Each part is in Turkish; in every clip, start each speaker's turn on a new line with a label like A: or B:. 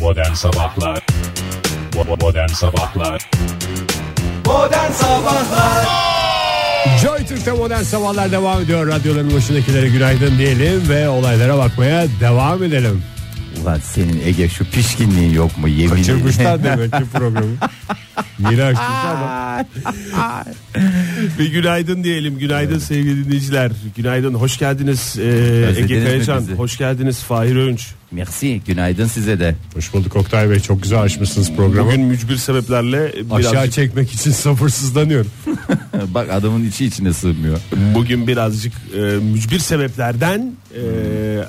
A: Modern Sabahlar Bo- Modern Sabahlar
B: Modern Sabahlar
C: Joy Türk'te modern sabahlar devam ediyor. Radyoların başındakilere günaydın diyelim ve olaylara bakmaya devam edelim.
D: Ulan senin Ege şu pişkinliğin yok mu yemin
C: Kaçırmışlar demek ki programı. Yine açmışlar da.
E: Ve günaydın diyelim. Günaydın sevgili dinleyiciler. Günaydın. Hoş geldiniz. Ee, Ege
D: mi
E: Kayacan.
D: bizi?
E: Hoş geldiniz Fahir Öğünç.
D: Merci günaydın size de.
C: Hoş bulduk Oktay Bey. Çok güzel açmışsınız programı.
E: Bugün mücbir sebeplerle
C: Aşağı
E: birazcık,
C: çekmek için sabırsızlanıyorum.
D: Bak adamın içi içine sığmıyor.
E: bugün birazcık e, mücbir sebeplerden e,
D: Hmm.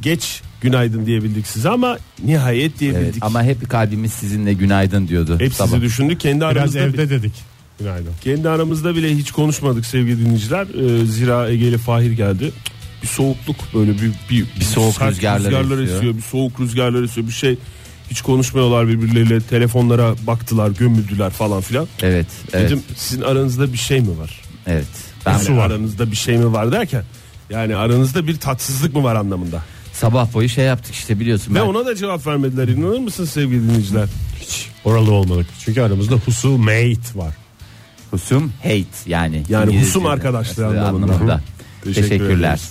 E: geç günaydın diyebildik size ama nihayet diyebildik.
D: Evet, ama hep kalbimiz sizinle günaydın diyordu.
E: Hep
D: Sabah.
E: sizi düşündük. Kendi
C: Biraz
E: aramızda,
C: evde dedik. Günaydın.
E: kendi aramızda bile hiç konuşmadık sevgili dinleyiciler. Ee, zira Ege'li Fahir geldi. Bir soğukluk böyle bir, bir, bir
D: soğuk
E: sert
D: rüzgarları esiyor.
E: Bir soğuk rüzgarlar esiyor. Bir şey hiç konuşmuyorlar birbirleriyle. Telefonlara baktılar, gömüldüler falan filan.
D: Evet, evet,
E: Dedim sizin aranızda bir şey mi var?
D: evet. Ben
E: Yani aranızda bir şey mi var derken yani aranızda bir tatsızlık mı var anlamında.
D: sabah boyu şey yaptık işte biliyorsun.
E: Ve
D: ben-
E: ona da cevap vermediler. İnanır mısın sevgili dinleyiciler?
C: Hiç oralı olmadık. Çünkü aramızda husumet var.
D: Husum hate yani.
E: Yani
D: İngilizce'de.
E: husum arkadaşlığı anlamında. Hı. Teşekkür
D: Teşekkürler.
E: ederiz.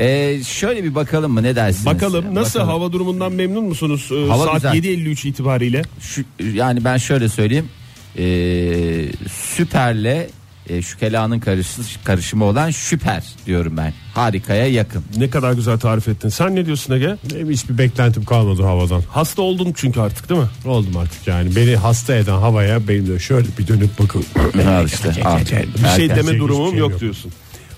D: Ee, şöyle bir bakalım mı ne dersiniz?
E: Bakalım nasıl
D: Bakalım.
E: hava durumundan memnun musunuz? Ee,
D: Hava
E: saat
D: güzel.
E: 7.53 itibariyle.
D: Şu, yani ben şöyle söyleyeyim. Ee, süperle e, şükelanın karış- karışımı olan süper diyorum ben. Harikaya yakın.
E: Ne kadar güzel tarif ettin. Sen ne diyorsun Ege?
C: Benim hiçbir beklentim kalmadı havadan.
E: Hasta oldun çünkü artık değil mi?
C: Oldum artık yani. Beni hasta eden havaya benim de şöyle bir dönüp bakın.
D: Al işte. al.
E: Bir şey
D: Erken.
E: deme
C: şey,
E: durumum
C: hiçbir şey
E: yok,
C: yok.
E: diyorsun.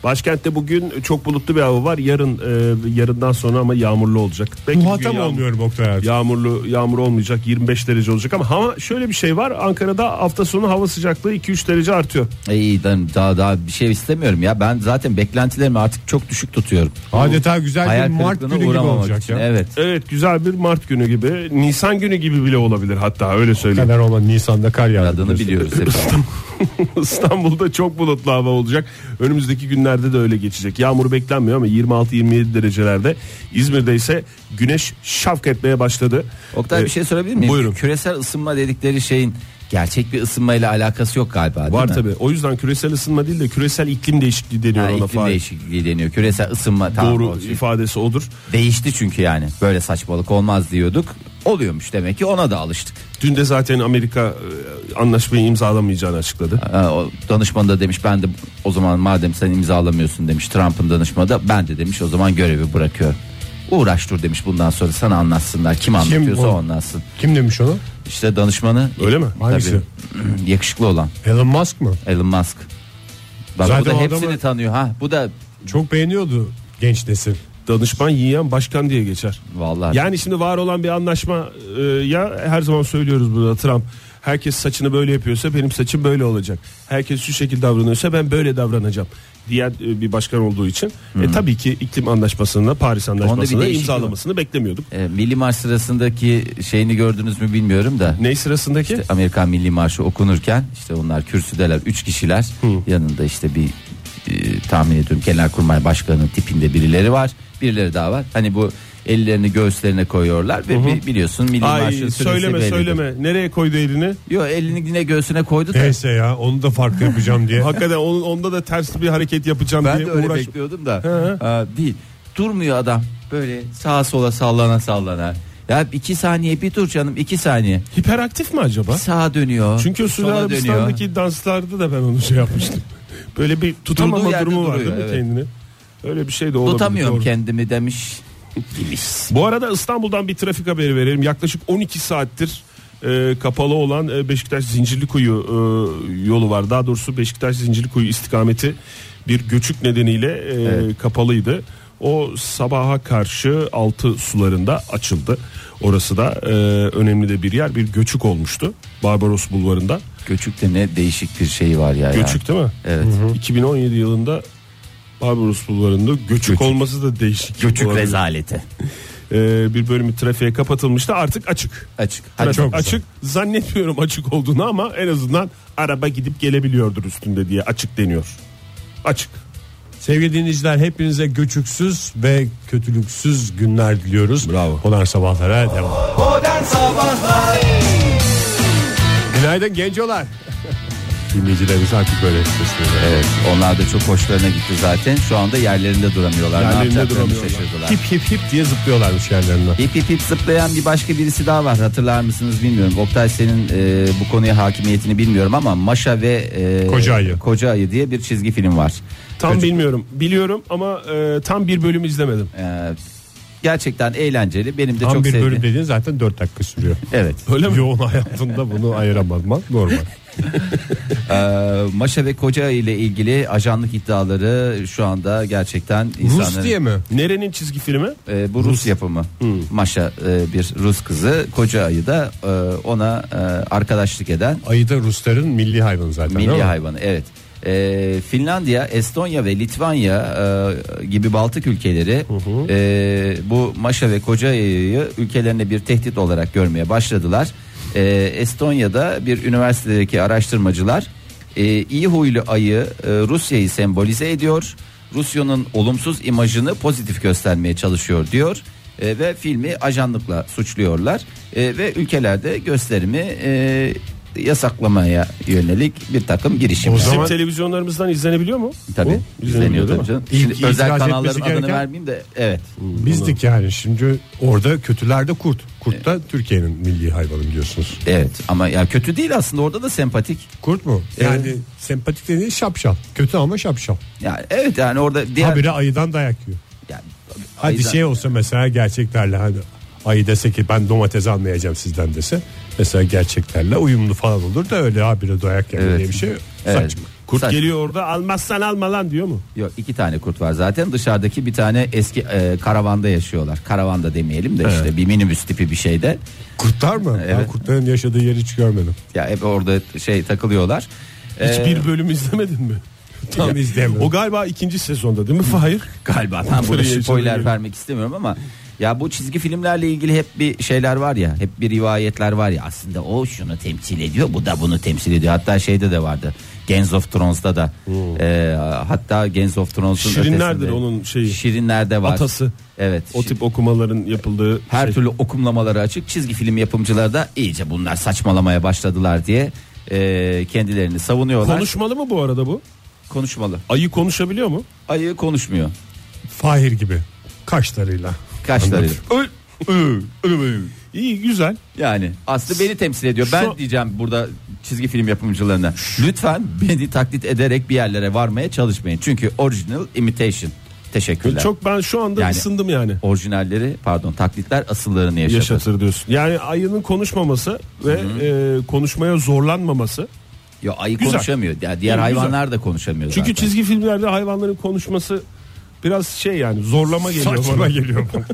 E: Başkentte bugün çok bulutlu bir hava var. Yarın e, yarından sonra ama yağmurlu olacak. Belki bugün
C: Muhatap
E: yağmur-
C: olmuyorum Oktay artık.
E: Yağmurlu yağmur olmayacak 25 derece olacak ama hava şöyle bir şey var Ankara'da hafta sonu hava sıcaklığı 2-3 derece artıyor.
D: İyi ben daha daha bir şey istemiyorum ya. Ben zaten beklentilerimi artık çok düşük tutuyorum.
C: Adeta güzel
D: Hayal
C: bir Mart
D: kırıklığına
C: günü gibi
D: uğramamak
C: olacak
D: için.
C: ya.
D: Evet.
E: Evet güzel bir Mart günü gibi Nisan günü gibi bile olabilir hatta öyle söyleyeyim.
C: Kadar olan Nisan'da kar yağdı.
D: Adını
C: biliyorsun.
D: biliyoruz hep.
E: İstanbul'da çok bulutlu hava olacak. Önümüzdeki günlerde de öyle geçecek. Yağmur beklenmiyor ama 26-27 derecelerde. İzmir'de ise güneş şavk etmeye başladı.
D: Oktay
E: Ee,
D: bir şey sorabilir miyim?
E: Buyurun.
D: Küresel ısınma dedikleri şeyin gerçek bir ısınmayla alakası yok galiba değil
E: Var
D: mi?
E: tabi. O yüzden küresel ısınma değil de küresel iklim değişikliği deniyor
D: Ha,
E: ona.
D: iklim
E: Fahir.
D: değişikliği deniyor. Küresel ısınma tamam,
E: Doğru
D: o şey.
E: ifadesi odur.
D: Değişti çünkü yani. Böyle saçmalık olmaz diyorduk. Oluyormuş demek ki ona da alıştık.
E: Dün de zaten Amerika e, anlaşmayı imzalamayacağını açıkladı.
D: Ha, o danışman da demiş ben de o zaman madem sen imzalamıyorsun demiş Trump'ın danışmanı da ben de demiş o zaman görevi bırakıyorum. Uğraş dur demiş bundan sonra sana anlatsınlar. Kim anlatıyorsa
C: bu?
D: o anlatsın.
C: Kim demiş onu?
D: İşte danışmanı
E: Öyle mi?
D: Tabii.
C: Hangisi?
D: yakışıklı olan
C: Elon Musk mı?
D: Elon Musk. Bak
C: Zaten
D: bu da
C: o
D: hepsini
C: adamı-
D: tanıyor ha. Bu da
C: Çok beğeniyordu genç nesil.
E: Danışman yiyen başkan diye geçer.
D: vallahi
E: Yani şimdi var olan bir anlaşma e, ya her zaman söylüyoruz burada Trump herkes saçını böyle yapıyorsa benim saçım böyle olacak. Herkes şu şekilde davranıyorsa ben böyle davranacağım diyen e, bir başkan olduğu için e, tabii ki iklim anlaşmasını Paris anlaşmasını
D: Hmm. değişiklik
E: imzalamasını beklemiyorduk.
D: e, Milli Marş sırasındaki şeyini gördünüz mü bilmiyorum da.
E: Ney sırasındaki?
D: İşte Amerikan Milli Marşı okunurken işte onlar kürsüdeler 3 kişiler yanında işte bir e, tahmin ediyorum Genelkurmay Başkanı'nın tipinde birileri var birileri daha var hani bu ellerini göğüslerine koyuyorlar ve bi- biliyorsun Milli
E: Ay
D: Marş'ın süresi
E: söyleme
D: bellidir.
E: söyleme nereye koydu elini?
D: Yo elini yine göğsüne koydu da
C: Neyse ya onu da farklı yapacağım diye.
E: Hakikaten onun- onda da ters bir hareket yapacağım
D: ben
E: diye
D: de öyle
E: uğraş.
D: bekliyordum da Aa, değil durmuyor adam böyle sağa sola sallana sallana ya iki saniye bir dur canım iki saniye
E: Hiperaktif mi acaba?
D: sağa dönüyor
E: Çünkü o Suudi
D: sola
E: Arabistan'daki danslarda da ben onu şey yapmıştım. Böyle bir
D: Durduğu
E: tutamama
D: yerde
E: durumu var
D: duruyor,
E: değil mi
D: evet.
E: kendini? Öyle bir şey de olabilir.
D: tutamıyorum
E: doğru.
D: kendimi demiş
E: Bu arada İstanbul'dan bir trafik haberi verelim. Yaklaşık 12 saattir e, kapalı olan e, Beşiktaş Zincirlikuyu e, yolu var. Daha doğrusu Beşiktaş Zincirlikuyu istikameti bir göçük nedeniyle e, kapalıydı. O sabaha karşı 6 sularında açıldı. Orası da e, önemli de bir yer. Bir göçük olmuştu Barbaros Bulvarı'nda.
D: Göçük'te ne değişik bir şey var ya. ya.
E: Göçük değil mi?
D: Evet.
E: 2017 yılında Barbaros Bulvarı'nda göçük,
D: Göçük.
E: olması da değişik.
D: Göçük
E: Olabilir.
D: rezaleti.
E: Ee, bir bölümü trafiğe kapatılmıştı. Artık açık.
D: Açık. Hadi
E: Trafik
D: çok
E: açık. Zannetmiyorum açık olduğunu ama en azından araba gidip gelebiliyordur üstünde diye açık deniyor. Açık. Sevgili dinleyiciler hepinize göçüksüz ve kötülüksüz günler diliyoruz.
D: Bravo.
E: Modern sabahlara devam.
B: Modern Sabahlar
E: Günaydın gencolar. Dinleyicilerimiz artık böyle sesleniyor.
D: Evet, onlar da çok hoşlarına gitti zaten. Şu anda yerlerinde duramıyorlar. ne
A: Yerlerinde
D: yapacaklarını
A: duramıyorlar.
D: şaşırdılar.
E: Hip hip hip diye zıplıyorlarmış yerlerinden.
D: Hip hip hip zıplayan bir başka birisi daha var hatırlar mısınız bilmiyorum. Oktay senin e, bu konuya hakimiyetini bilmiyorum ama Maşa ve e,
E: Koca Ayı.
D: Koca Ayı diye bir çizgi film var.
A: Tam
D: Çocuk-
A: bilmiyorum. Biliyorum ama e, tam bir bölümü izlemedim.
D: e, gerçekten eğlenceli. Benim de
E: Tam
D: çok
E: bir bölüm
D: sevdiğim.
E: dediğin zaten 4 dakika sürüyor.
D: Evet.
A: Öyle mi?
E: Yoğun hayatında bunu ayıramazmak normal.
D: E, Maşa ve Koca ile ilgili ajanlık iddiaları şu anda gerçekten insanların
E: Rus diye mi?
A: Nerenin çizgi filmi?
D: E, bu Rus, yapımı Maşa e, bir Rus kızı koca ayı da e, ona e, arkadaşlık eden
E: Ayı da Rusların milli hayvanı zaten. değil
D: milli
E: mi?
D: hayvanı evet. E, Finlandiya, Estonya ve Litvanya e, gibi Baltık ülkeleri e, bu Maşa ve koca ayıyı ülkelerine bir tehdit olarak görmeye başladılar. E, Estonya'da bir üniversitedeki araştırmacılar e, iyi huylu ayı e, Rusya'yı sembolize ediyor. Rusya'nın olumsuz imajını pozitif göstermeye çalışıyor diyor E, ve filmi ajanlıkla suçluyorlar E, ve ülkelerde gösterimi e, yasaklamaya yönelik bir takım girişim.
E: O
D: var.
A: Bizim
E: zaman-
A: televizyonlarımızdan izlenebiliyor mu?
D: Tabii
A: Bu?
D: izleniyor
A: değil
D: tabii
A: mi?
D: canım.
E: İlk
D: Şimdi
E: itiraz
D: özel
E: etmesi
D: kanalların adını
E: gereken-
D: vermeyeyim de evet.
E: Bizdik yani şimdi orada kötülerde kurt. Kurt da Türkiye'nin milli hayvanı biliyorsunuz.
D: Evet ama ya kötü değil aslında orada da sempatik.
E: Kurt mu? Yani sempatik dediğin şapşal. Kötü ama şapşal.
D: Yani evet yani orada diğer
E: Habire ayıdan dayak yiyor.
D: yani,
E: Hadi
D: ayıdan-
E: şey olsa mesela gerçeklerle hani ayı dese ki ben domates almayacağım sizden dese mesela gerçeklerle uyumlu falan olur da öyle habire dayak yemek
D: Evet.
E: diye bir şey
D: Evet.
E: saçma.
A: Kurt
D: Saç-
A: geliyor orada almazsan alma lan diyor mu?
D: Yok iki tane kurt var zaten dışarıdaki bir tane eski e, karavanda yaşıyorlar. Karavanda demeyelim de işte bir minibüs tipi bir şeyde.
E: Kurtlar mı? Ben
D: Evet.
E: kurtların yaşadığı yeri hiç görmedim.
D: Ya hep orada şey takılıyorlar. Ee,
A: Hiçbir bölüm izlemedin mi?
E: Tam izleyemedim.
A: O galiba ikinci sezonda değil mi Fahir?
D: galiba ben
A: Oraya
D: burada
A: yaşadığı-
D: spoiler vermek istemiyorum ama ya bu çizgi filmlerle ilgili hep bir şeyler var ya hep bir rivayetler var ya aslında o şunu temsil ediyor bu da bunu temsil ediyor hatta şeyde de vardı Games of Thrones'da da Ee, hatta Games of Thrones'un
A: Şirinlerdir
D: ötesinde-
A: Hmm. onun şeyi.
D: Şirinler'de var
A: Atası.
D: evet
A: O tip okumaların yapıldığı
D: her
A: şey.
D: türlü okumlamaları açık çizgi film yapımcıları da iyice bunlar saçmalamaya başladılar diye e, kendilerini savunuyorlar
A: Konuşmalı mı bu arada bu?
D: konuşmalı
A: Ayı konuşabiliyor mu?
D: ayı konuşmuyor
E: Fahir gibi kaşlarıyla.
D: kaşlarıyla
A: İyi güzel.
D: Yani aslı beni temsil ediyor. Ben
A: Şu-
D: diyeceğim burada çizgi film yapımcılarına. Lütfen beni taklit ederek bir yerlere varmaya çalışmayın. Çünkü original imitation. Teşekkürler.
A: Çok ben şu anda
D: Yani-
A: ısındım yani.
D: orijinalleri pardon taklitler asıllarını yaşatır.
A: Yaşatır diyorsun. Yani ayının konuşmaması ve e, konuşmaya zorlanmaması.
D: Ya ayı
A: Güzel.
D: konuşamıyor. Ya diğer
A: Hı, güzel.
D: hayvanlar da konuşamıyor.
A: Çünkü
D: zaten.
A: çizgi filmlerde hayvanların konuşması biraz şey yani zorlama geliyor
E: Saçma
A: bana.
E: geliyor bana.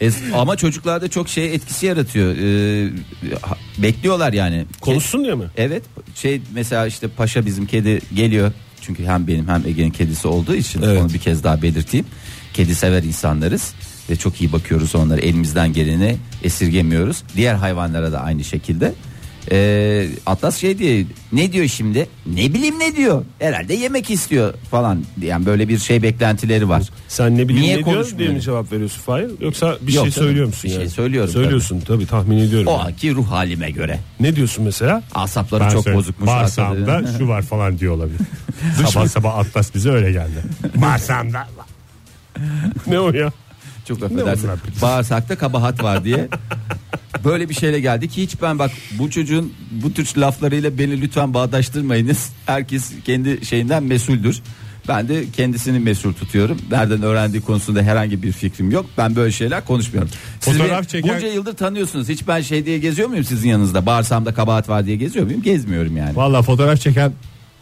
D: Es- ama çocuklarda çok şey etkisi yaratıyor. Ee, ha- bekliyorlar yani.
A: Konuşsun diye mi?
D: Evet şey mesela işte paşa bizim kedi geliyor. Çünkü hem benim hem Ege'nin kedisi olduğu için onu bir kez daha belirteyim. Kedi sever insanlarız ve çok iyi bakıyoruz onlara elimizden geleni esirgemiyoruz. Diğer hayvanlara da aynı şekilde. Ee, Atlas şey diye ne diyor şimdi ne bileyim ne diyor herhalde yemek istiyor falan yani böyle bir şey beklentileri var.
A: Sen ne
D: Niye
A: bileyim ne diyorsun diye
D: konuşmuyor?
A: mi cevap veriyorsun Fahir? Yoksa bir
D: Yok
A: şey
D: canım,
A: söylüyor musun
D: bir şey
A: yani?
D: söylüyorum
A: Söylüyorsun tabii, tahmin ediyorum.
D: O
A: yani.
D: anki ruh halime göre
A: Ne diyorsun mesela?
D: asapları
E: Ben
D: çok
E: söyleyeyim,
D: bozukmuş.
E: Bağırsağımda şu var falan diyor olabilir. sabah sabah Atlas bize öyle geldi. Bağırsağımda
A: Ne o ya?
D: Çok
E: Ne
D: affedersin.
E: olur abi?
D: Bağırsakta kabahat var diye. Böyle bir şeyle geldi ki hiç ben bak bu çocuğun bu tür laflarıyla beni lütfen bağdaştırmayınız. Herkes kendi şeyinden mesuldür. Ben de kendisini mesul tutuyorum. Nereden öğrendiği konusunda herhangi bir fikrim yok. Ben böyle şeyler konuşmuyorum. Siz
E: Fotoğraf
D: beni
E: çeken-
D: bunca yıldır tanıyorsunuz. Hiç ben şey diye geziyor muyum sizin yanınızda? Bağırsamda kabahat var diye geziyor muyum? Gezmiyorum yani.
E: Valla fotoğraf çeken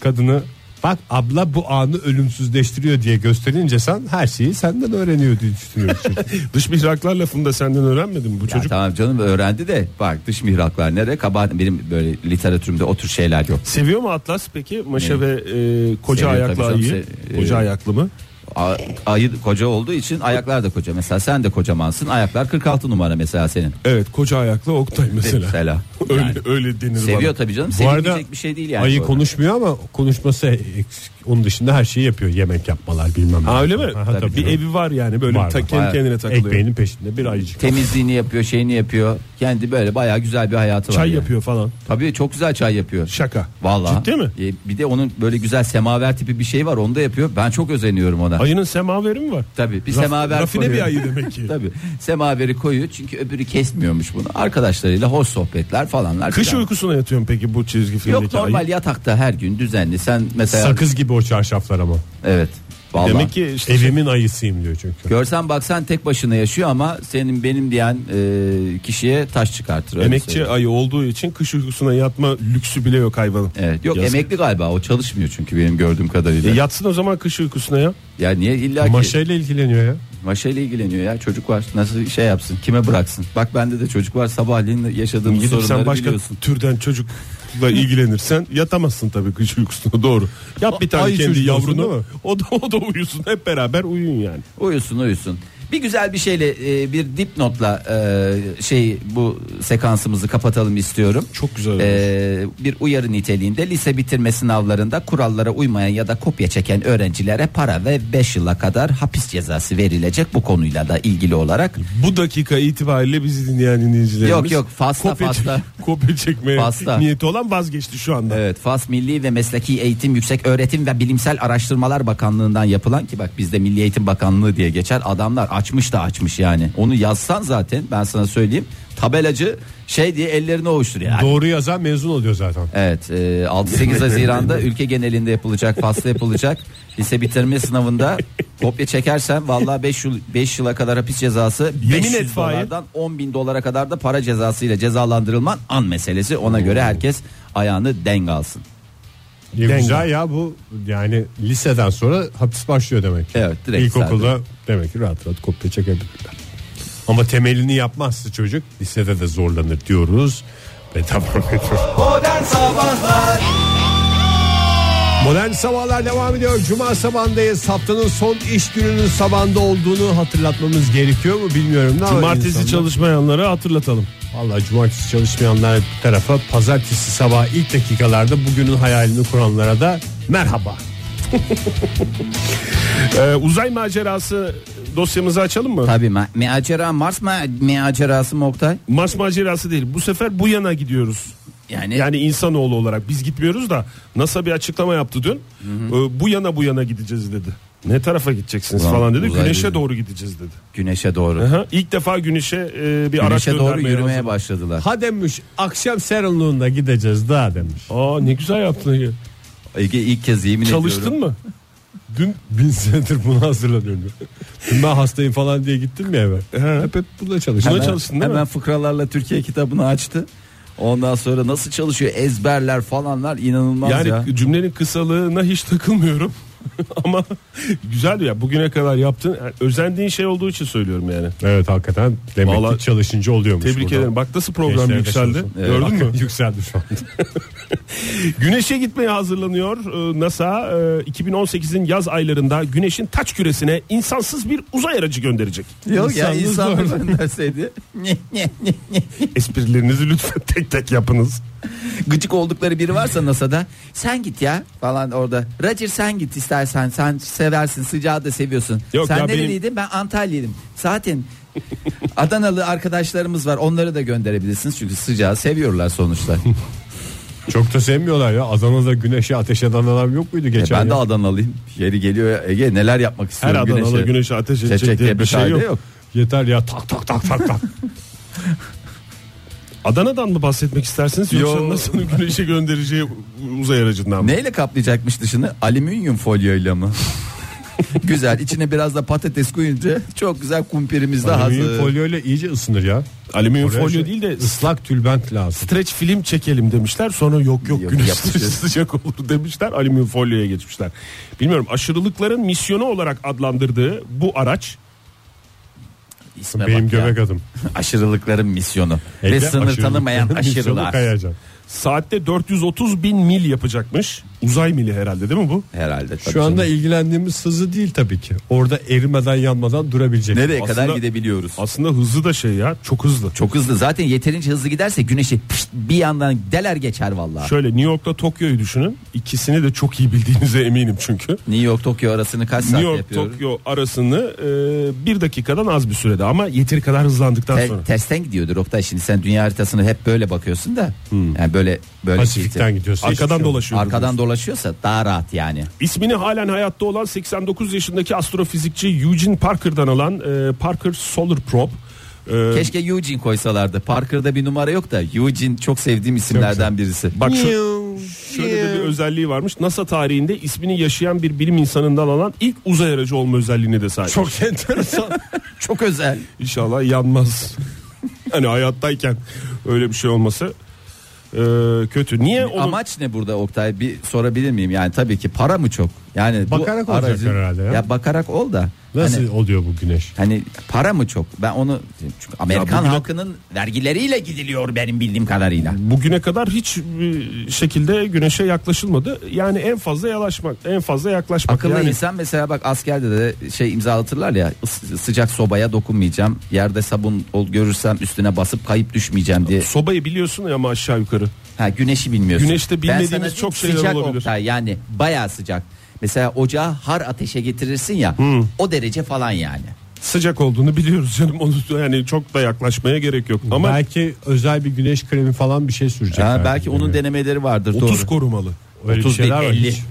E: kadını bak abla bu anı ölümsüzleştiriyor diye gösterince sen her şeyi senden öğreniyor diye düşünüyorsun.
A: Dış mihraklar lafını da senden öğrenmedin mi bu
D: Ya
A: çocuk?
D: tamam canım öğrendi de bak dış mihraklar nereye kabahat benim böyle literatürümde o tür şeyler yok.
A: Seviyor mu Atlas peki? Maşa
D: Ne?
A: ve e, koca
D: Seviyor
A: ayaklı
D: tabii
A: ayıyı.
D: canım, se- e-
A: koca ayaklı mı?
D: A- ayı koca olduğu için ayaklar da koca. Mesela sen de kocamansın. Ayaklar 46 numara mesela senin.
A: Evet koca ayaklı Oktay mesela.
D: Mesela.
A: Öyle,
D: Yani
A: öyle denir
D: seviyor
A: bana.
D: tabii canım.
E: bu arada
D: Sevilmeyecek bir şey değil yani.
E: ayı
D: bu.
E: konuşmuyor ama konuşması eksik Onun dışında her şeyi yapıyor. Yemek yapmalar bilmem
A: Ha
E: ne.
A: öyle mi?
E: Ha,
A: Tabii
E: tabii
A: bir
E: canım.
A: evi var yani böyle
E: Var,
A: ta-
E: var.
A: kendi
D: Var.
A: kendine takılıyor.
E: Ekmeğinin peşinde bir ayıcık.
D: Temizliğini yapıyor, şeyini yapıyor. Kendi böyle bayağı güzel bir hayatı var.
A: Çay
D: yani.
A: yapıyor falan.
D: Tabii çok güzel çay yapıyor.
A: Şaka.
D: Vallahi.
A: Ciddi mi?
D: E, bir de onun böyle güzel semaver tipi bir şey var. Onu da yapıyor. Ben çok özeniyorum ona.
A: Ayının semaveri mi var?
D: Tabii bir
A: Raf-
D: semaver
A: rafine bir
D: koyuyor.
A: ayı demek ki.
D: Tabii semaveri koyuyor çünkü öbürü kesmiyormuş bunu. Arkadaşlarıyla hoş sohbetler falanlar.
A: Kış
D: filan.
A: uykusuna yatıyorum peki bu çizgi
D: Yok
A: filmdeki ayı.
D: normal yatakta her gün düzenli. Sen mesela
E: Sakız gibi o çarşaflar ama.
D: evet. Vallahi.
A: Demek ki işte
E: Evimin ayısıyım diyor çünkü.
D: Görsen baksan tek başına yaşıyor ama senin benim diyen e, kişiye taş çıkartır. öyle
A: emekçi
D: söyleyeyim.
A: ayı olduğu için kış uykusuna yatma lüksü bile yok hayvanın.
D: Evet. Yok
A: Yazık.
D: emekli galiba o çalışmıyor çünkü benim gördüğüm
A: E,
D: kadarıyla.
A: yatsın o zaman kış uykusuna ya.
D: ya niye illa ki
E: Maşayla ilgileniyor ya.
D: maşayla ilgileniyor ya çocuk var nasıl şey yapsın kime bıraksın. Bak bende de çocuk var sabahleyin yaşadığım
A: Gidip
D: sorunları
A: sen başka
D: biliyorsun.
A: türden çocukla ilgilenirsen yatamazsın tabii kış uykusuna doğru. Yap bir tane
E: Ayı
A: kendi
E: çocuğu olsun değil
A: yavrunu.
E: mi?
A: O da o da uyusun hep beraber uyuyun yani.
D: Uyusun uyusun. Bir güzel bir şeyle e, bir dipnotla e, şey bu sekansımızı kapatalım istiyorum.
A: Çok güzel olmuş.
D: E, bir uyarı niteliğinde lise bitirme sınavlarında kurallara uymayan ya da kopya çeken öğrencilere para ve 5 yıla kadar hapis cezası verilecek bu konuyla da ilgili olarak.
A: Bu dakika itibariyle bizi dinleyen dinleyicilerimiz
D: Yok, yok, fazla,
A: kopya
D: fazla.
A: çek- kopya çekmeye
D: Fazla.
A: niyeti olan vazgeçti şu anda.
D: Evet Fas Milli ve Mesleki Eğitim Yüksek Öğretim ve Bilimsel Araştırmalar Bakanlığı'ndan yapılan ki bak bizde Milli Eğitim Bakanlığı diye geçer adamlar açmış da açmış yani. Onu yazsan zaten ben sana söyleyeyim tabelacı şey diye ellerini ovuşturuyor. Yani.
E: Doğru yazan mezun oluyor zaten.
D: Evet e, 6-8 Haziran'da ülke genelinde yapılacak faslı yapılacak lise bitirme sınavında kopya çekersen vallahi 5 yıl 5 yıla kadar hapis cezası
A: Yemin
D: 500
A: et Fahir.
D: dolardan 10 bin dolara kadar da para cezası ile cezalandırılman an meselesi ona göre herkes ayağını denk alsın.
E: Ya Güzel ya bu yani liseden sonra hapis başlıyor demek.
D: Evet, direkt
E: İlkokulda demek ki rahat rahat kopya çekebilirler. Ama temelini yapmazsa çocuk lisede de zorlanır diyoruz. Ve devam ediyor.
B: Modern Sabahlar
E: Modern sabahlar devam ediyor. Cuma sabahındayız. Haftanın son iş gününün sabahında olduğunu hatırlatmamız gerekiyor mu bilmiyorum. da ama
A: Cumartesi
E: insanlar-
A: çalışmayanlara hatırlatalım.
E: Vallahi cumartesi çalışmayanlar bir tarafa pazartesi sabah ilk dakikalarda bugünün hayalini kuranlara da merhaba.
A: Ee, uzay macerası dosyamızı açalım mı?
D: Tabii ma- macera Mars ma macerası mı Oktay?
A: Mars macerası değil. Bu sefer bu yana gidiyoruz.
D: Yani,
A: Yani insanoğlu olarak biz gitmiyoruz da NASA bir açıklama yaptı dün. Ee, bu yana bu yana gideceğiz dedi. Ne tarafa gideceksiniz
D: Ulan
A: falan dedi.
D: uzay
A: Güneşe
D: dedi.
A: doğru gideceğiz dedi.
D: güneşe doğru.
A: Aha, İlk defa güneşe e, bir araç
D: güneşe doğru
A: göndermeye
D: yürümeye
A: hazır.
D: başladılar.
E: Ha demiş akşam serinliğinde gideceğiz daha demiş.
A: Aa ne güzel yaptın. Ege.
D: Ege ilk kez yemin ediyorum.
A: Çalıştın mı?
E: Dün bin senedir buna hazırlanıyorum. Dün ben hastayım falan diye gittim ya eve.
A: E,
E: Hep hep burada çalıştım.
A: Buna
D: Hemen-
A: çalıştın değil mi?
D: Hemen fıkralarla Türkiye kitabını açtı. Ondan sonra nasıl çalışıyor ezberler falanlar inanılmaz
A: Yani
D: ya.
A: cümlenin kısalığına hiç takılmıyorum. Ama güzel ya bugüne kadar yaptığın yani özendiğin şey olduğu için söylüyorum yani.
E: Evet hakikaten demek
A: Vallahi-
E: ki çalışınca oluyormuş.
A: Tebrik
E: burada.
A: ederim. Bak nasıl program
E: Gençlere de
A: yükseldi.
E: çalışın.
D: Evet.
A: Gördün mü?
E: Yükseldi şu anda.
A: Güneşe gitmeye hazırlanıyor Ee, NASA. e, 2018'in yaz aylarında Güneş'in taç küresine insansız bir uzay aracı gönderecek.
D: Yok ya
A: İnsansız
D: insan
A: doğru.
D: gönderseydi Ne, ne, ne, ne.
A: Esprilerinizi lütfen tek tek yapınız.
D: gıcık oldukları biri varsa NASA'da sen git ya falan orada. Roger sen git istersen sen seversin sıcağı da seviyorsun.
A: Yok ya
D: sen
A: benim-
D: nereliydin ben Antalyalıyım. Zaten Adanalı arkadaşlarımız var onları da gönderebilirsiniz çünkü sıcağı seviyorlar sonuçta.
E: Çok da sevmiyorlar ya. Adana'da güneşe ateş eden adam yok muydu
D: E,
E: geçen
D: ben de
E: ya?
D: Adanalıyım. Yeri geliyor ya, Ege neler yapmak
A: Her
D: istiyorum
A: Adanalı
D: güneşe.
A: güneşe ateş edecek
D: Çekecek
A: diye bir şey
D: kaydı
A: yok.
E: Yeter ya tak tak tak tak tak.
A: Adana'dan mı bahsetmek istersiniz yoksa
D: Yo.
A: NASA'nın güneşe göndereceği uzay aracından mı?
D: Neyle kaplayacakmış dışını? Alüminyum folyoyla mı? güzel. içine biraz da patates koyunca çok güzel kumpirimiz de hazır.
E: Alüminyum folyoyla iyice ısınır ya.
A: Alüminyum
E: Oraya
A: folyo
E: şey-
A: değil de
E: ıslak tülbent lazım.
A: streç film çekelim demişler. Sonra yok yok,
D: Yok,
A: güneş
D: yapmışız.
A: sıcak olur demişler. Alüminyum folyoya geçmişler. Bilmiyorum aşırılıkların misyonu olarak adlandırdığı bu araç
D: İsme
E: Benim
D: bak ya.
E: göbek adım.
D: Aşırılıkların misyonu. Ve
E: Ege,
D: sınır
E: E, aşırılıkların
D: tanımayan
E: misyonu
D: aşırılar.
E: kayacak.
A: Saatte 430 bin mil yapacakmış. Uzay mili herhalde değil mi bu?
D: herhalde. tabii
E: Şu anda
D: canım.
E: ilgilendiğimiz sızı değil tabii ki. Orada erimeden yanmadan durabilecek.
D: nereye kadar
A: Aslında-
D: gidebiliyoruz?
A: Aslında hızlı da şey ya çok hızlı.
D: Çok hızlı. Zaten yeterince hızlı giderse güneşi pişt bir yandan deler geçer vallahi.
A: Şöyle New York'la Tokyo'yu düşünün. İkisini de çok iyi bildiğinize eminim çünkü.
D: New York Tokyo arasını kaç saat
A: New York
D: yapıyoruz?
A: Tokyo arasını e, bir dakikadan az bir sürede ama yeteri kadar hızlandıktan
D: Te-
A: sonra.
D: tersten gidiyordur Oktay şimdi sen dünya haritasını hep böyle bakıyorsun da yani böyle böyle şey.
E: Pasifik'ten gidiyorsun.
A: Arkadan dolaşıyor.
D: arkadan dolaşıyorsa daha rahat yani
A: İsmini halen hayatta olan 89 yaşındaki astrofizikçi Eugene Parker'dan alan e, Parker Solar Probe. E,
D: keşke Eugene koysalardı Parker'da bir numara yok da Eugene çok sevdiğim isimlerden birisi
A: Bak şu, şöyle de bir özelliği varmış. NASA tarihinde ismini yaşayan bir bilim insanından alan ilk uzay aracı olma özelliğine de sahip.
E: Çok enteresan.
D: çok özel
A: İnşallah yanmaz. hani hayattayken öyle bir şey olması e, kötü. Niye onu
D: amaç ne burada Oktay bir sorabilir miyim yani tabii ki para mı çok yani
E: Bakarak olacak herhalde ya.
D: ya bakarak ol da
E: Nasıl
D: Hani,
E: oluyor bu güneş?
D: hani para mı çok? Ben onu çünkü Amerikan
A: bugüne-
D: halkının vergileriyle gidiliyor benim bildiğim kadarıyla.
A: bugüne kadar hiç e, şekilde güneşe yaklaşılmadı. Yani en fazla yaklaşmak, en fazla yaklaşmak.
D: Akıllı
A: yani
D: insan mesela bak askerde de şey imzalatırlar ya ıs- sıcak sobaya dokunmayacağım. Yerde sabun ol görürsem üstüne basıp kayıp düşmeyeceğim diye.
A: sobayı biliyorsun ama aşağı yukarı.
D: Ha güneşi bilmiyorsun.
A: Güneşte
D: Ben
A: bilmediğimiz
D: sana diyeyim,
A: çok şeyler
D: sıcak
A: olabilir.
D: Oktay, yani bayağı sıcak. Mesela ocağı har ateşe getirirsin ya
A: Hmm.
D: o derece falan yani.
A: Sıcak olduğunu biliyoruz canım. Onu yani çok da yaklaşmaya gerek yok. Ama
E: Ama belki özel bir güneş kremi falan bir şey sürecek.
D: Ha,
E: herhalde.
D: belki onun denemeleri vardır
A: 30
D: doğru. şey
A: korumalı.
E: Öyle
D: 30
E: bir şeyler
D: değil,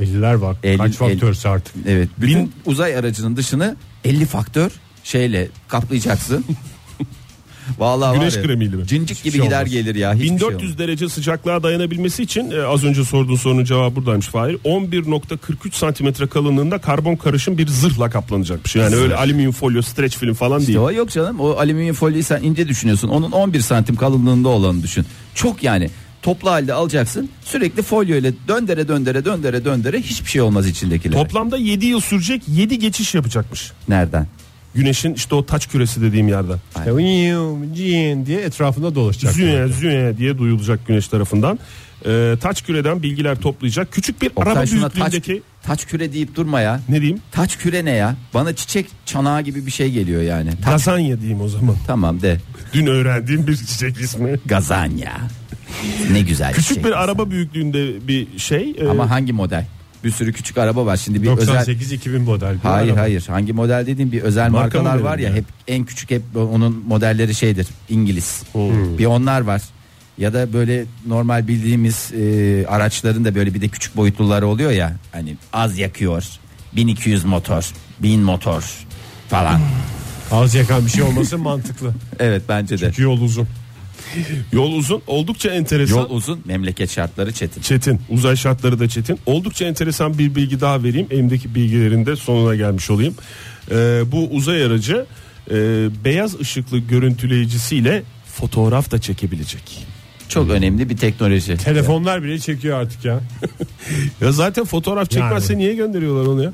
D: 50.
E: var. 50'ler var.
D: 50,
E: Kaç faktörse artık.
D: Evet. Bütün
A: Bin-
D: uzay aracının dışını 50 faktör şeyle kaplayacaksın. Vallahi
A: Güneş
D: var ya,
A: kremiyle mi?
D: Cincik
A: Hiçbir
D: gibi
A: şey
D: gider
A: olmaz.
D: gelir ya. hiçbir şey
A: 1400
D: olmaz.
A: derece sıcaklığa dayanabilmesi için e, az önce sorduğun sorunun cevabı buradaymış Fahir. 11.43 santimetre kalınlığında karbon karışım bir zırhla kaplanacakmış. Yani öyle alüminyum folyo, streç film falan değil.
D: İşte o yok canım. O alüminyum folyoyu sen ince düşünüyorsun. Onun 11 santim kalınlığında olanı düşün. Çok yani toplu halde alacaksın. Sürekli folyo ile döndere döndere döndere döndere hiçbir şey olmaz içindekiler.
A: Toplamda 7 yıl sürecek 7 geçiş yapacakmış.
D: Nereden?
A: Güneşin işte o taç küresi dediğim yerden.
E: İşte "Uyum, cin" diye etrafında dolaşacak.
A: Züye züye diye duyulacak güneş tarafından. Ee, taç küreden bilgiler toplayacak. Küçük bir
D: Oktay
A: araba
D: şuna taç,
A: büyüklüğündeki
D: taç küre deyip durma ya.
A: ne diyeyim?
D: Taç küre ne ya? Bana çiçek çanağı gibi bir şey geliyor yani. Ta-
A: Lazanya diyeyim o zaman.
D: tamam de.
A: Dün öğrendiğim bir çiçek ismi.
D: Gazanya. Ne güzel
A: Küçük
D: çiçek.
A: bir araba büyüklüğünde bir şey. Ee,
D: Ama hangi model? Bir sürü küçük araba var. Şimdi bir özel
E: 98-2000 model. bir
D: Hayır
E: araba.
D: hayır. Hangi model dediğim bir özel
A: Marka
D: markalar
A: modeli
D: var ya
A: mi?
D: hep en küçük hep onun modelleri şeydir. İngiliz. Bir onlar var. Ya da böyle normal bildiğimiz e, araçların da böyle bir de küçük boyutluları oluyor ya. Hani az yakıyor. 1200 motor, 1000 motor falan.
E: Az yakan bir şey olması mantıklı.
D: Evet bence de.
E: Çünkü yol uzun.
A: Yol uzun oldukça enteresan.
D: Yol uzun, memleket şartları çetin.
A: Çetin. Uzay şartları da çetin. Oldukça enteresan bir bilgi daha vereyim. Elimdeki bilgilerin de sonuna gelmiş olayım. Ee, bu uzay aracı e, beyaz ışıklı görüntüleyicisiyle fotoğraf da çekebilecek.
D: Çok önemli bir teknoloji.
E: Telefonlar bile çekiyor artık ya.
A: Ya zaten fotoğraf çekmezse
E: Yani.
A: niye gönderiyorlar onu ya?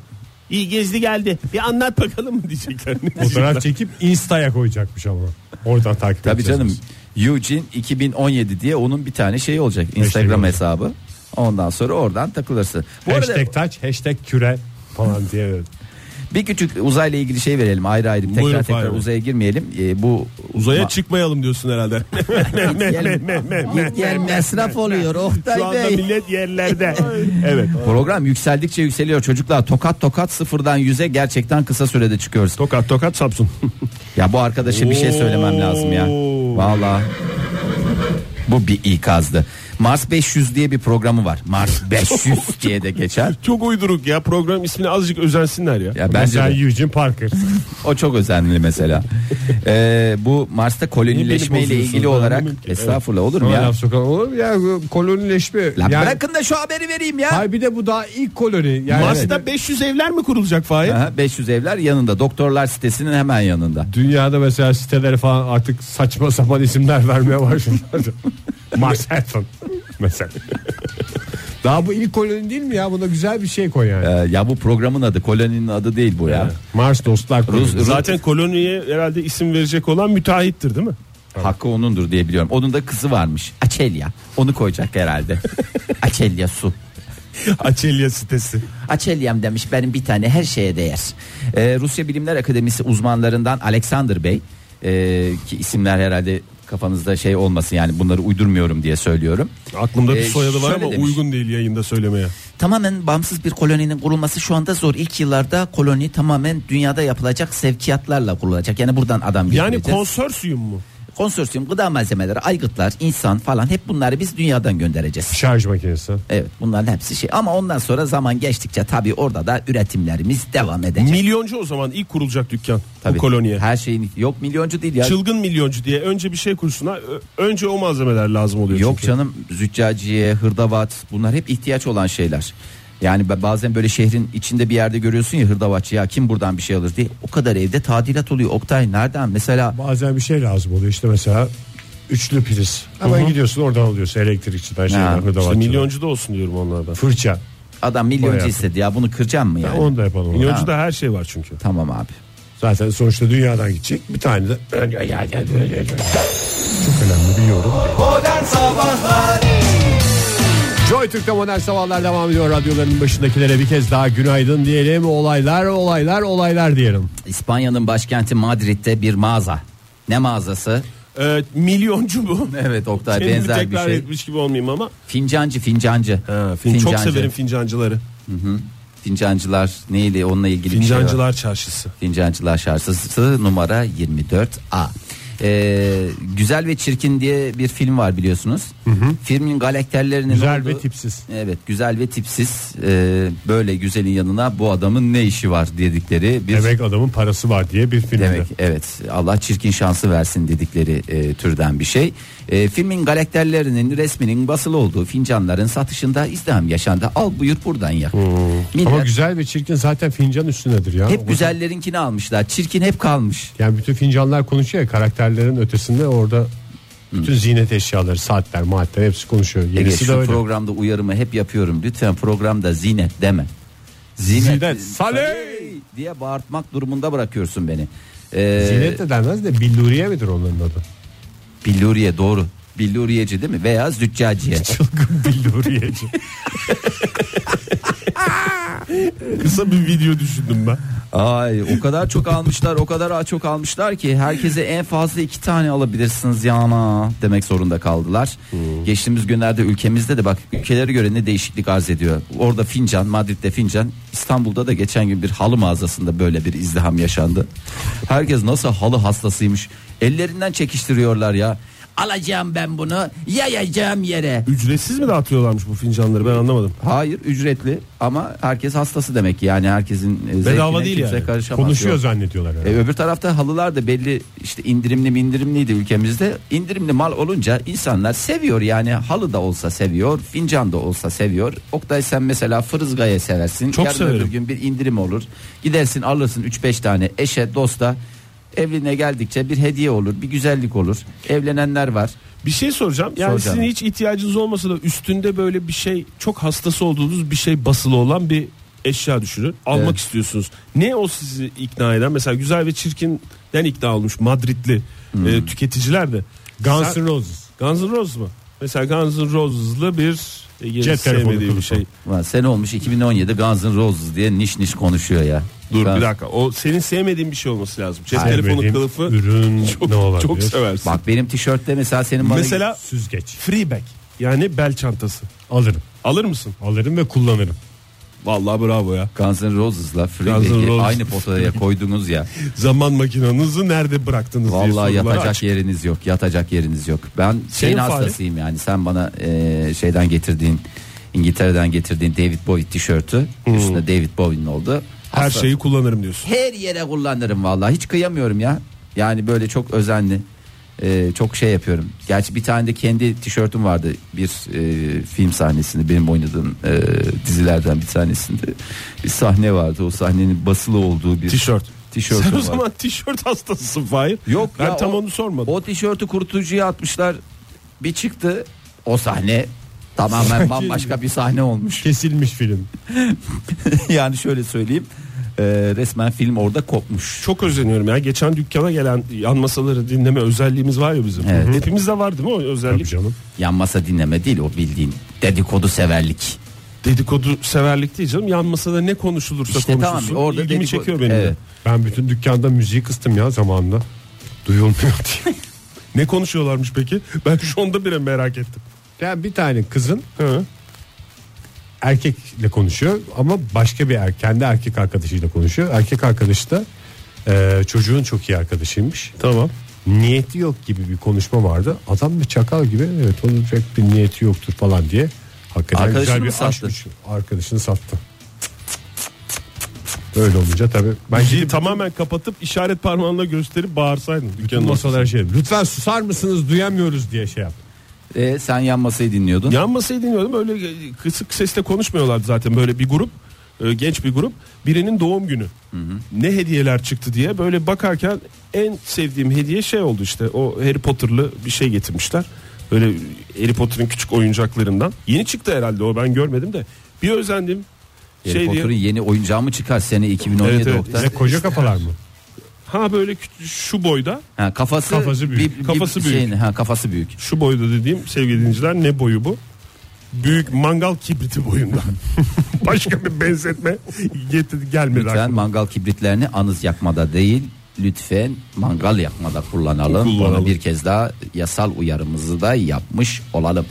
A: İyi gezdi geldi. Bir anlat bakalım mı diyecekler. Ne diyecekler?
E: Fotoğraf çekip Insta'ya koyacakmış ama. Oradan takip
D: Tabii
E: edeceğiz
D: canım.
E: biz.
D: Eugene 2017 diye onun bir tane şeyi olacak. Instagram
E: olacak.
D: hesabı. Ondan sonra oradan takılırsın. Bu arada
E: hashtag taç, hashtag küre falan diye. evet.
D: bir küçük uzayla ilgili şey verelim ayrı ayrı. Tekrar
A: Buyurun
D: tekrar
A: Fahir Bey.
D: uzaya girmeyelim. Ee, bu
A: Uzaya çıkmayalım diyorsun herhalde.
D: Yer mesraf oluyor
A: Şu
D: Oktay
A: anda
D: Bey.
A: millet yerlerde. evet.
D: Program yükseldikçe yükseliyor çocuklar. Tokat tokat sıfırdan yüze gerçekten kısa sürede çıkıyoruz.
A: Tokat tokat Samsun.
D: Ya bu arkadaşa bir şey söylemem lazım ya.
A: Oo.
D: Valla. Bu bir ikazdı. Mars 500 diye bir programı var. Mars 500 diye de geçer.
A: Çok uyduruk ya program ismini azıcık özensinler ya.
D: Ya bence
E: Mesela
D: de.
E: Eugene Parker.
D: O çok özenli mesela. Ee, bu Mars'ta
A: Niye
D: kolonileşmeyle
A: beni bozuyorsun?
D: ilgili
A: Ben
D: olarak
A: anlamadım ki.
D: estağfurullah olur mu
E: Ona
D: ya?
E: laf sokan olur mu ya? Bu Kolonileşme.
D: Lan
E: yani,
D: bırakın da şu haberi vereyim ya.
E: Hayır bir de bu daha ilk koloni. Yani
A: Mars'ta 500 evler mi kurulacak Fahir?
D: Aha, 500 evler yanında. Doktorlar sitesinin hemen yanında.
E: Dünyada mesela siteleri falan artık saçma sapan isimler vermeye başladı. Mars Hilton mesela. Daha bu ilk koloni değil mi ya? Buna güzel bir şey koy yani.
D: Ee, ya bu programın adı koloninin adı değil bu ya.
E: Mars dostlar kolonisi.
D: Rus-
A: Zaten koloniye herhalde isim verecek olan müteahhittir değil mi?
D: Hakkı onundur diye biliyorum. Onun da kızı varmış. Açelya. Onu koyacak herhalde. Açelya su.
A: Açelya sitesi.
D: Açelyam demiş benim bir tane her şeye değer. Ee, Rusya Bilimler Akademisi uzmanlarından Alexander Bey e, ki isimler herhalde kafanızda şey olmasın yani bunları uydurmuyorum diye söylüyorum.
A: Aklımda bir
D: Ee,
A: soyadı var
D: şöyle
A: ama
D: demiş.
A: uygun değil yayında söylemeye.
D: Tamamen bağımsız bir koloninin kurulması şu anda zor. İlk yıllarda koloni tamamen dünyada yapılacak sevkiyatlarla kurulacak. Yani buradan adam
A: Yani
D: getireceğiz.
A: konsorsiyum mu?
D: konsorsiyum gıda malzemeleri, aygıtlar, insan falan hep bunları biz dünyadan göndereceğiz.
E: Şarj makinesi.
D: Evet bunların hepsi şey ama ondan sonra zaman geçtikçe tabii orada da üretimlerimiz devam edecek.
A: Milyoncu o zaman ilk kurulacak dükkan
D: Tabii.
A: bu koloniye.
D: Her şeyin yok milyoncu değil ya.
A: Çılgın milyoncu diye önce bir şey kursunlar. Ö- Önce o malzemeler lazım oluyor.
D: yok
A: çünkü.
D: canım züccaciye, hırdavat bunlar hep ihtiyaç olan şeyler. Yani ba- bazen böyle şehrin içinde bir yerde görüyorsun ya hırdavatçı ya kim buradan bir şey alır diye. O kadar evde tadilat oluyor. Oktay nereden mesela
E: Bazen bir şey lazım oluyor işte mesela üçlü priz. Hemen gidiyorsun oradan alıyorsun elektrikçiden şeyden
D: işte
A: İşte
E: hırdavatçıdan.
A: milyoncu da olsun diyorum onlardan.
E: Fırça.
D: adam milyoncu
E: Bayağı.
D: istedi ya bunu kıracağım mı yani?
E: Onu da yapalım.
A: Milyoncu da her şey var çünkü.
D: Tamam abi.
E: Zaten sonuçta dünyadan gidecek bir tane de. Çok önemli bir yorum.
B: Modern Sabahlar
E: Joy Türk'te modern sabahlar devam ediyor. Radyoların başındakilere bir kez daha günaydın diyelim. Olaylar olaylar olaylar diyelim.
D: İspanya'nın başkenti Madrid'de bir mağaza. Ne mağazası?
A: Ee, milyoncu bu.
D: Evet Oktay
A: Kendimi
D: benzer bir
A: tekrar
D: şey.
A: etmiş gibi olmayayım ama.
D: Fincancı fincancı.
A: Ha, fin- Çok severim fincancıları.
D: Fincancılar neydi onunla ilgili bir şey var.
A: Fincancılar çarşısı.
D: Fincancılar şarkısı numara 24A. Ee, güzel ve Çirkin diye bir film var biliyorsunuz. Filmin karakterlerinin
E: Güzel
D: olduğu-
E: ve tipsiz.
D: Evet güzel ve tipsiz Ee, böyle güzelin yanına bu adamın ne işi var dedikleri bir
E: Demek adamın parası var diye bir filmde.
D: Demek evet Allah çirkin şansı versin dedikleri e, türden bir şey. E, filmin karakterlerinin resminin basılı olduğu fincanların satışında izdiham yaşandı. Al buyur buradan yak. Millet
E: Hmm. Ama güzel ve çirkin zaten fincan üstündedir ya. O-
D: hep güzellerinkini almışlar. Çirkin hep kalmış.
E: Yani bütün fincanlar konuşuyor ya karakterlerin ötesinde orada
D: Hmm.
E: bütün ziynet eşyaları saatler maatler hepsi konuşuyor.
D: Ege,
E: Yenisi
D: şu
E: de öyle.
D: programda uyarımı hep yapıyorum. Lütfen programda zinet deme. Zinet,
E: Zinet, saley!
D: diye bağırtmak durumunda bırakıyorsun beni. Ee,
E: Ziynet de denmez de billuriye midir onların adı?
D: Billuriye doğru. Billuriyeci değil mi? Veya züccaciye.
E: Çılgın billuriyeci.
A: Kısa bir video düşündüm ben.
D: Ay o kadar çok almışlar o kadar çok almışlar ki herkese en fazla iki tane alabilirsiniz ya ama demek zorunda kaldılar. Geçtiğimiz günlerde ülkemizde de bak ülkelere göre ne değişiklik arz ediyor. Orada fincan Madrid'de fincan İstanbul'da da geçen gün bir halı mağazasında böyle bir izdiham yaşandı. Herkes nasıl halı hastasıymış ellerinden çekiştiriyorlar ya. Alacağım ben bunu yayacağım yere.
A: Ücretsiz mi dağıtıyorlarmış bu fincanları ben anlamadım.
D: Hayır ücretli ama herkes hastası demek ki. yani herkesin e, zevkine
A: Bedava değil
D: kimse
A: yani.
D: karışamaz.
E: Konuşuyor
D: Yok.
E: zannediyorlar herhalde.
D: E, öbür tarafta halılar da belli işte indirimli mindirimliydi ülkemizde. İndirimli mal olunca insanlar seviyor yani halı da olsa seviyor, fincan da olsa seviyor. Oktay sen mesela fırızgaya seversin.
A: Çok
D: Yarın
A: severim.
D: öbür gün bir indirim olur. Gidersin alırsın 3-5 tane eşe dosta. Evliliğine geldikçe bir hediye olur, bir güzellik olur. Evlenenler var.
A: Bir şey soracağım. Yani
D: Soracağım.
A: sizin hiç ihtiyacınız olmasa da üstünde böyle bir şey çok hastası olduğunuz bir şey basılı olan bir eşya düşünün. Almak
D: Evet.
A: istiyorsunuz. Ne o sizi ikna eden? Mesela güzel ve çirkinden ikna olmuş Madridli e, tüketiciler de.
E: Guns
A: Sen-
E: N' Roses.
A: Guns N' Roses mu? Mesela Guns N' Roses'lı bir e, yeni
E: Cep telefonu
A: sevmediği bir
E: kılıfı.
A: şey.
D: Ulan sene olmuş 2017 Guns N' Roses diye niş niş konuşuyor ya.
A: Dur
D: Guns-
A: bir dakika. O senin sevmediğin bir şey olması lazım. Cep telefonu
E: Sevmediğim
A: kılıfı
E: Ürün ne
A: çok,
E: olabilir?
A: çok seversin.
D: Bak benim tişörtte mesela senin bana...
A: Mesela
E: Süzgeç.
A: freeback yani bel çantası.
E: Alırım.
A: Alır mısın?
E: Alırım ve kullanırım.
A: Vallahi bravo ya.
D: Guns N' Roses'la Free
A: Guns N'
D: Back'i
A: Roses.
D: aynı potaya koydunuz ya.
A: Zaman makinanızı nerede bıraktınız diye
D: Vallahi
A: sorulara
D: yatacak
A: açık.
D: yeriniz yok. Yatacak yeriniz yok. Ben şeyin
A: Senin Fahri?
D: hastasıyım yani. Sen bana e, şeyden getirdiğin İngiltere'den getirdiğin David Bowie tişörtü. Üstünde David Bowie'nin oldu.
A: Hmm. Her şey-
D: Hasta-
A: şeyi kullanırım diyorsun.
D: her yere kullanırım vallahi. Hiç kıyamıyorum ya. Yani böyle çok özenli. e, çok şey yapıyorum. Gerçi bir tane de kendi tişörtüm vardı bir e, film sahnesinde benim oynadığım e, dizilerden bir tanesinde bir sahne vardı. O sahnenin basılı olduğu bir
A: Tişört.
D: tişörtüm
A: Sen o
D: var.
A: zaman tişört hastasısın Fahir.
D: Yok
A: ben
D: ya,
A: tam
D: o-
A: onu sormadım.
D: O tişörtü kurutucuya atmışlar. Bir çıktı o sahne tamamen bambaşka bir sahne olmuş.
E: Kesilmiş film.
D: yani şöyle söyleyeyim. e, resmen film orada kopmuş.
A: Çok özeniyorum ya. Geçen dükkana gelen yan masaları dinleme özelliğimiz var ya bizim.
D: Evet.
A: Hepimizde var değil mi o özellik? canım.
D: Yan masa dinleme değil o bildiğin dedikodu severlik.
A: Dedikodu severlik değil canım. Yan masada ne konuşulursa
D: İşte tamam,
A: konuşulsun.
D: orada
A: ilgimi
D: dedikodu-
A: çekiyor benim. de.
D: Evet.
E: Ben bütün dükkanda müziği kıstım ya zamanında. Duyulmuyor diye.
A: Ne konuşuyorlarmış peki? Ben şu anda bile merak ettim.
E: ya bir tane kızın
A: Hı.
E: erkekle konuşuyor ama başka bir er, kendi erkek arkadaşıyla konuşuyor. Erkek arkadaşı da e, çocuğun çok iyi arkadaşıymış.
A: Tamam.
E: Niyeti yok gibi bir konuşma vardı. Adam bir çakal gibi evet onun pek bir niyeti yoktur falan diye. Hakikaten
D: Arkadaşını
E: güzel bir
D: mı sattı?
E: aşkmış. Arkadaşını sattı. Böyle olunca tabii. Ben
A: Bence
E: gidip
A: tamamen kapatıp işaret parmağınla gösterip bağırsaydın.
E: bütün
A: Dükkanın
E: masalara şey lütfen susar mısınız duyamıyoruz diye şey yap.
D: E, sen yan masayı dinliyordun.
A: Yan masayı dinliyordum öyle e, kısık sesle konuşmuyorlardı zaten böyle bir grup e, genç bir grup birinin doğum günü ne hediyeler çıktı diye böyle bakarken en sevdiğim hediye şey oldu işte o Harry Potter'lı bir şey getirmişler böyle Harry Potter'ın küçük oyuncaklarından yeni çıktı herhalde o ben görmedim de bir özendim
D: Harry
A: şey
D: Potter'ın
A: diye
D: yeni oyuncağı mı çıkar sene 2017
A: Evet, evet.
D: Oktay?
E: Ne koca kafalar mı?
A: ha böyle küç- şu boyda
D: Ha, kafası,
A: Kafası büyük. Kafası büyük.
D: şeyin- ha, kafası büyük.
A: şu boyda dediğim sevgili dinleyiciler ne boyu bu büyük mangal kibriti boyunda başka bir benzetme getir gelmedi
D: Lütfen
A: aklıma.
D: mangal kibritlerini anız yakmada değil lütfen mangal yakmada kullanalım.
A: Kullanalım.
D: Onu bir kez daha yasal uyarımızı da yapmış olalım.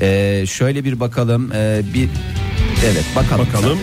D: Ee, şöyle bir bakalım. ee, bir evet bakalım.
A: Bakalım.